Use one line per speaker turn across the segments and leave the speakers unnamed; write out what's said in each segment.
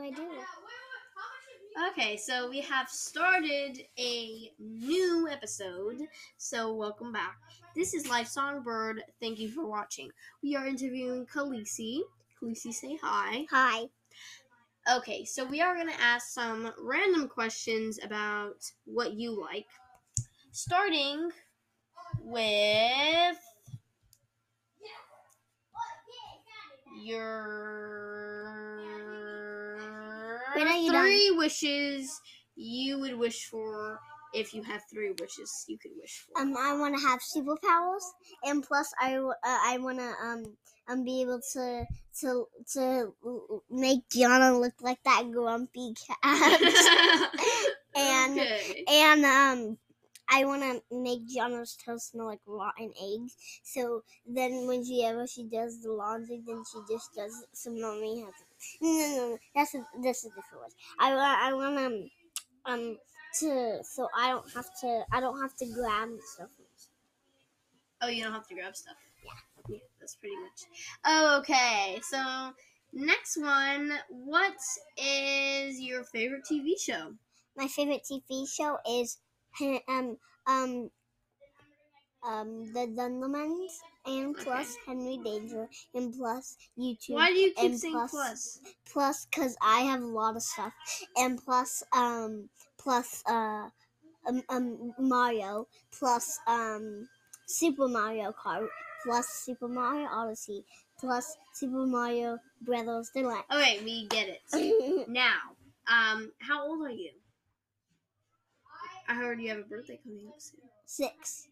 I do?
Okay, so we have started a new episode, so welcome back. This is Life Songbird. Thank you for watching. We are interviewing Khaleesi. Khaleesi, say hi.
Hi.
Okay, so we are going to ask some random questions about what you like, starting with your
When are you done?
three wishes you would wish for if you had three wishes you could wish for.
Um, I want to have superpowers, and plus, I w- uh, I want to um um be able to to to make Gianna look like that grumpy cat, and
Okay.
and um. I want to make Gianna's toast smell like rotten eggs. So then, when she ever she does the laundry, then she just does some mommy has. No, no, no. That's a, that's a different one. I want I want um um to so I don't have to I don't have to grab stuff.
Oh, you don't have to grab stuff. Yeah. Yeah, that's pretty much. Oh, Okay, so next one. What is your favorite TV show?
My favorite TV show is um um um The Dunlemans and
Okay.
plus Henry Danger and plus YouTube.
Why do you keep
and
saying
plus-
plus?
plus because I have a lot of stuff, and plus um plus uh um, um Mario plus um Super Mario Kart plus Super Mario Odyssey plus Super Mario Brothers Deluxe.
Okay, we get it. now, um, how old are you? I heard you have a birthday coming up soon,
Six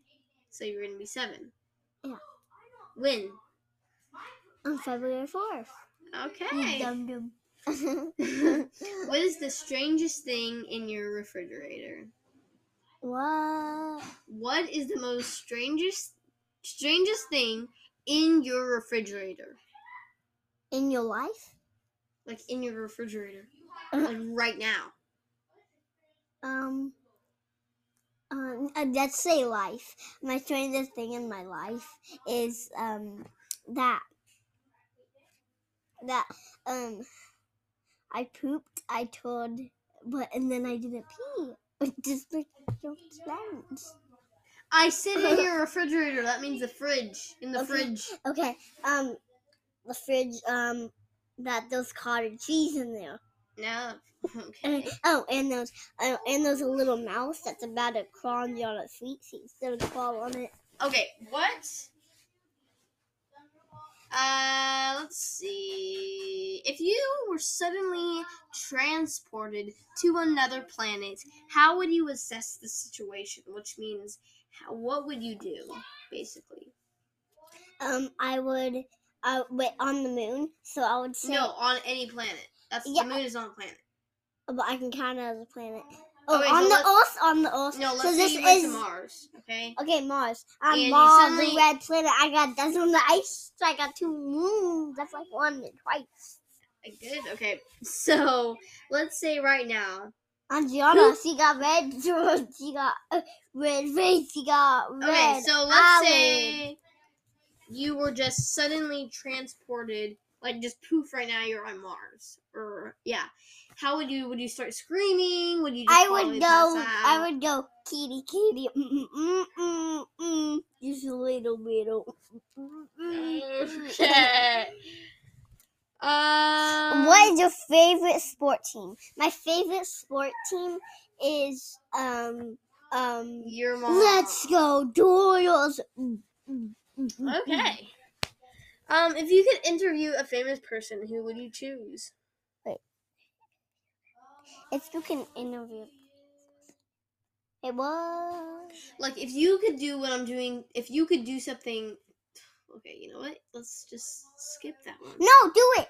so you're gonna be seven.
Yeah.
When?
on February fourth.
Okay.
Dum dum.
what is the strangest thing in your refrigerator?
what?
What is the most strangest strangest thing in your refrigerator?
In your life?
Like in your refrigerator. Like right now.
Um. Um, uh, let's say life. My strangest thing in my life is um that that um I pooped. I told, but and then I didn't pee. It just like no sense.
I sit in your refrigerator. That means the fridge. In the
Okay.
fridge.
Okay. Um, the fridge. Um, that those cottage cheese in there.
No.
And,
Okay.
oh, and there's oh, and there's a little mouse that's about to crawl on your feet. So you crawl on it.
Okay. What? Uh, let's see. If you were suddenly transported to another planet, how would you assess the situation? Which means, how, what would you do, basically?
Um, I would. Uh, wait on the moon. So I would say.
No, on any planet. That's
Yeah.
the moon is on a planet.
But I can count it as a planet. Oh,
Okay,
on
so
the
let's-
Earth. On the Earth.
No, let's
so
say
this
you went
is
to Mars. Okay.
okay. Mars. I'm
And you
Mars,
suddenly-
the red planet. I got that's on the ice. So I got two moons. That's like one and twice.
I did. Okay. So let's say right now.
On Gianna, she got red. She got uh, red face. She got red.
Okay, so let's
eyelid.
say you were just suddenly transported, like just poof right now you're on Mars. Or yeah. How would you would you start screaming? Would you just
I would
probably
go.
pass out?
I would go. Kitty, kitty, mm, mm, mm, mm, just a little bit. of mm, mm, mm.
Okay. Um,
What is your favorite sport team? My favorite sport team is um um.
your mom?
Let's go Doyle's. Mm, mm, mm, mm, mm.
Okay. Um, if you could interview a famous person, who would you choose?
If you can interview. It was.
Like, if you could do what I'm doing, if you could do something. Okay, you know what? Let's just skip that one.
No, do it.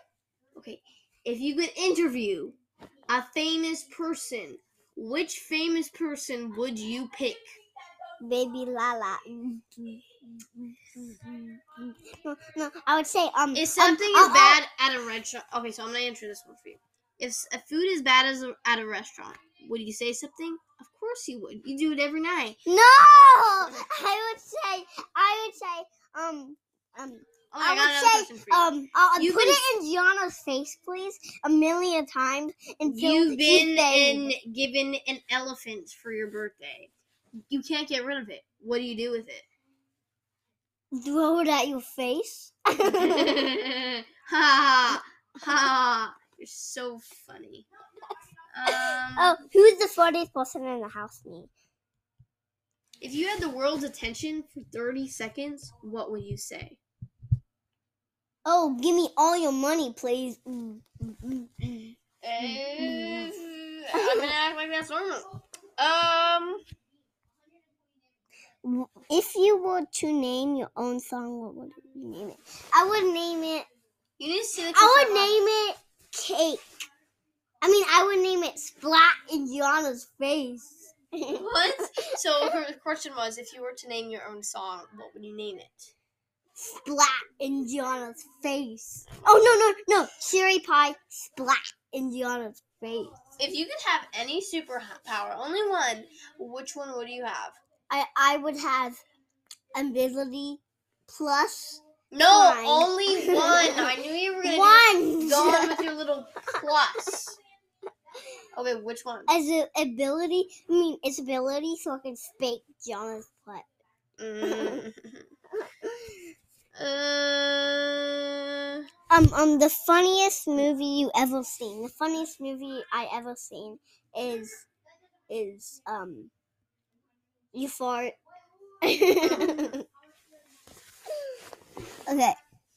Okay. If you could interview a famous person, which famous person would you pick?
Baby Lala. Mm, mm, mm, mm, mm, mm. No, no, I would say um.
If
um,
something
oh,
is
oh,
bad at a restaurant, okay, so I'm gonna answer this one for you. If s- if food is bad as a, at a restaurant, would you say something? Of course you would. You do it every night.
No, I would say I would say um um
Oh, I, got another
I would
question
say,
for you.
um, I'll,
You
put
can-
it in Gianna's face, please, a million times until
You've
he
been
begs.
in, given an elephant for your birthday. You can't get rid of it. What do you do with
throw it at your face. Oh,
it? ha ha! You're so funny. Um,
oh, who's the funniest person in the house? Me.
If you had the world's attention for 30 seconds, what would you say?
Oh, give me all your money, please. Mm, mm, mm, mm. Eh,
I'm gonna act like that's normal. Um,
W- If you were to name your own song, what would you name it? I would name it.
you need to see the
I would name it Cake. I mean, I would name it Splat in Gianna's face.
What? So her question was, if you were to name your own song, what would you name it?
splat in Gianna's face. Oh no no no! Cherry pie splat in Gianna's face.
If you could have any superpower, only one, which one would you have?
I I would have invisibility plus
No,
Mine.
only one. I knew you were gonna do-
one
go on with your little plus. Okay, which one?
as a ability. I mean, it's ability, so I can spake Gianna's butt.
Mm. uh,
Um um, the funniest movie you ever seen. The funniest movie I ever seen is is um. You fart. okay.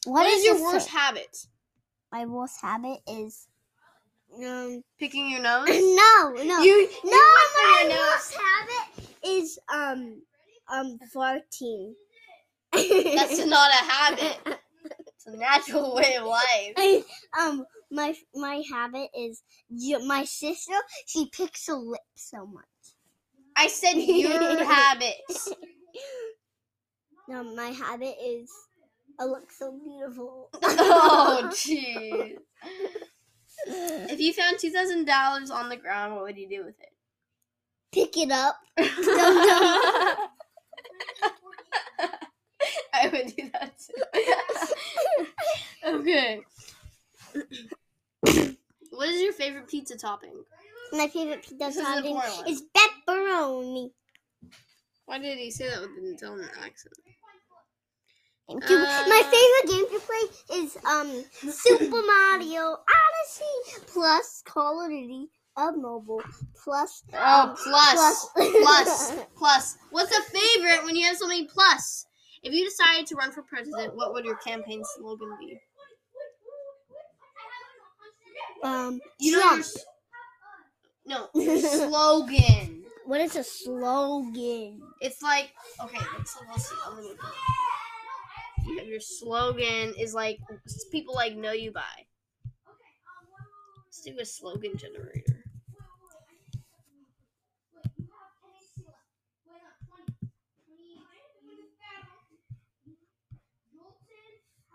what is your worst habit?
my worst habit is um
Picking your nose.
no no
You for
no my
your nose.
worst habit is um um farting.
That's not a habit. It's a natural way of life.
um my my habit is y- my sister she picks her lip so much.
I said your habit.
No, my habit is I look so beautiful.
Oh jeez. If you found two thousand dollars on the ground, what would you do with
Pick it up.
it? I would do that too. okay. what is your favorite pizza topping?
My favorite pizza
This is an
topping
important one.
is pepperoni.
Why did he say that with an Italian accent?
Thank you. My
Uh,
favorite game to play is um Super Mario Odyssey plus Call of Duty of mobile plus
Oh,
um,
plus, plus, plus. What's a favorite when you have so many plus? If you decided to run for president, what would your campaign slogan be?
um
You know your
Trump.
s- no, your slogan.
What is a slogan?
It's like okay, let's, let's see. I'm gonna look it up. You have Your slogan is like s- people like know you by. Let's do a slogan generator.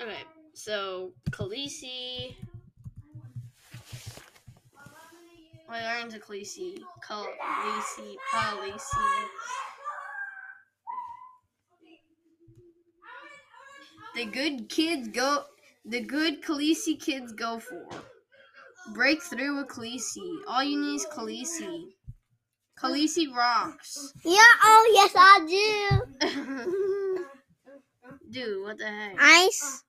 Okay, so Khaleesi. Well, I learned to Khaleesi. Khaleesi. Khaleesi. The good kids go. The good Khaleesi kids go for. Break through with Khaleesi. All you need is Khaleesi. Khaleesi rocks.
Yeah, oh yes I do.
Dude, what the heck?
Ice.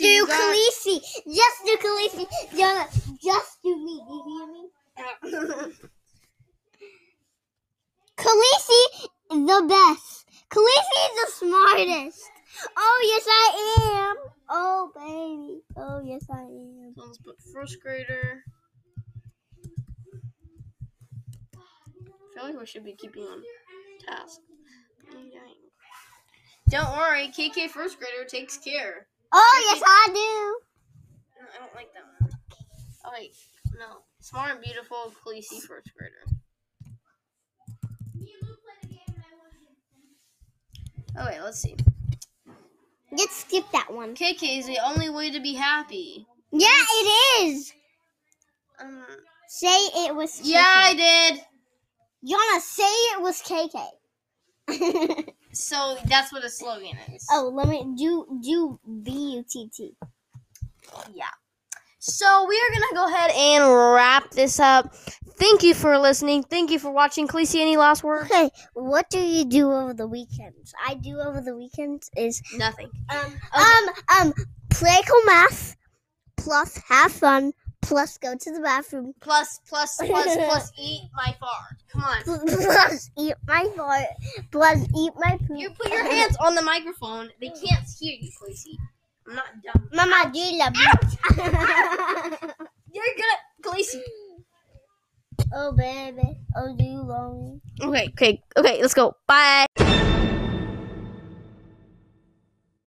Khaleesi, you
do
got-
Khaleesi. Just do Khaleesi. Jonah, just do me. Do you hear me? Khaleesi the best. Khaleesi is the smartest. Oh yes I am. Oh baby. Oh yes I am.
Let's put first grader. I feel like we should be keeping on task. Don't worry, KK first grader takes care.
Oh yes I do.
No, I don't like that one. Oh wait, no. Smart and beautiful Khaleesi first grader. Oh wait, let's see.
Let's skip that one.
KK is the only way to be happy.
Yeah it is.
Um,
Say it was KK.
yeah, I did.
Yana, say it was KK.
So that's what a slogan is.
Oh, let me do do B U T T.
Yeah. So we are gonna go ahead and wrap this up. Thank you for listening. Thank you for watching. Khaleesi, any last words?
Okay, what do you do over the weekends? I do over the weekends is
Nothing.
um
Okay.
um um play cool math plus have fun plus go to the bathroom
Plus, plus, plus, plus, eat my fart. Come on.
plus eat my fart plus eat my poop.
You put your hands on the microphone. They can't hear you, Khaleesi. I'm not dumb.
Mama, do you love me?
You're gonna, Khaleesi.
oh baby, oh do you long?
Okay, okay, okay. Let's go. Bye.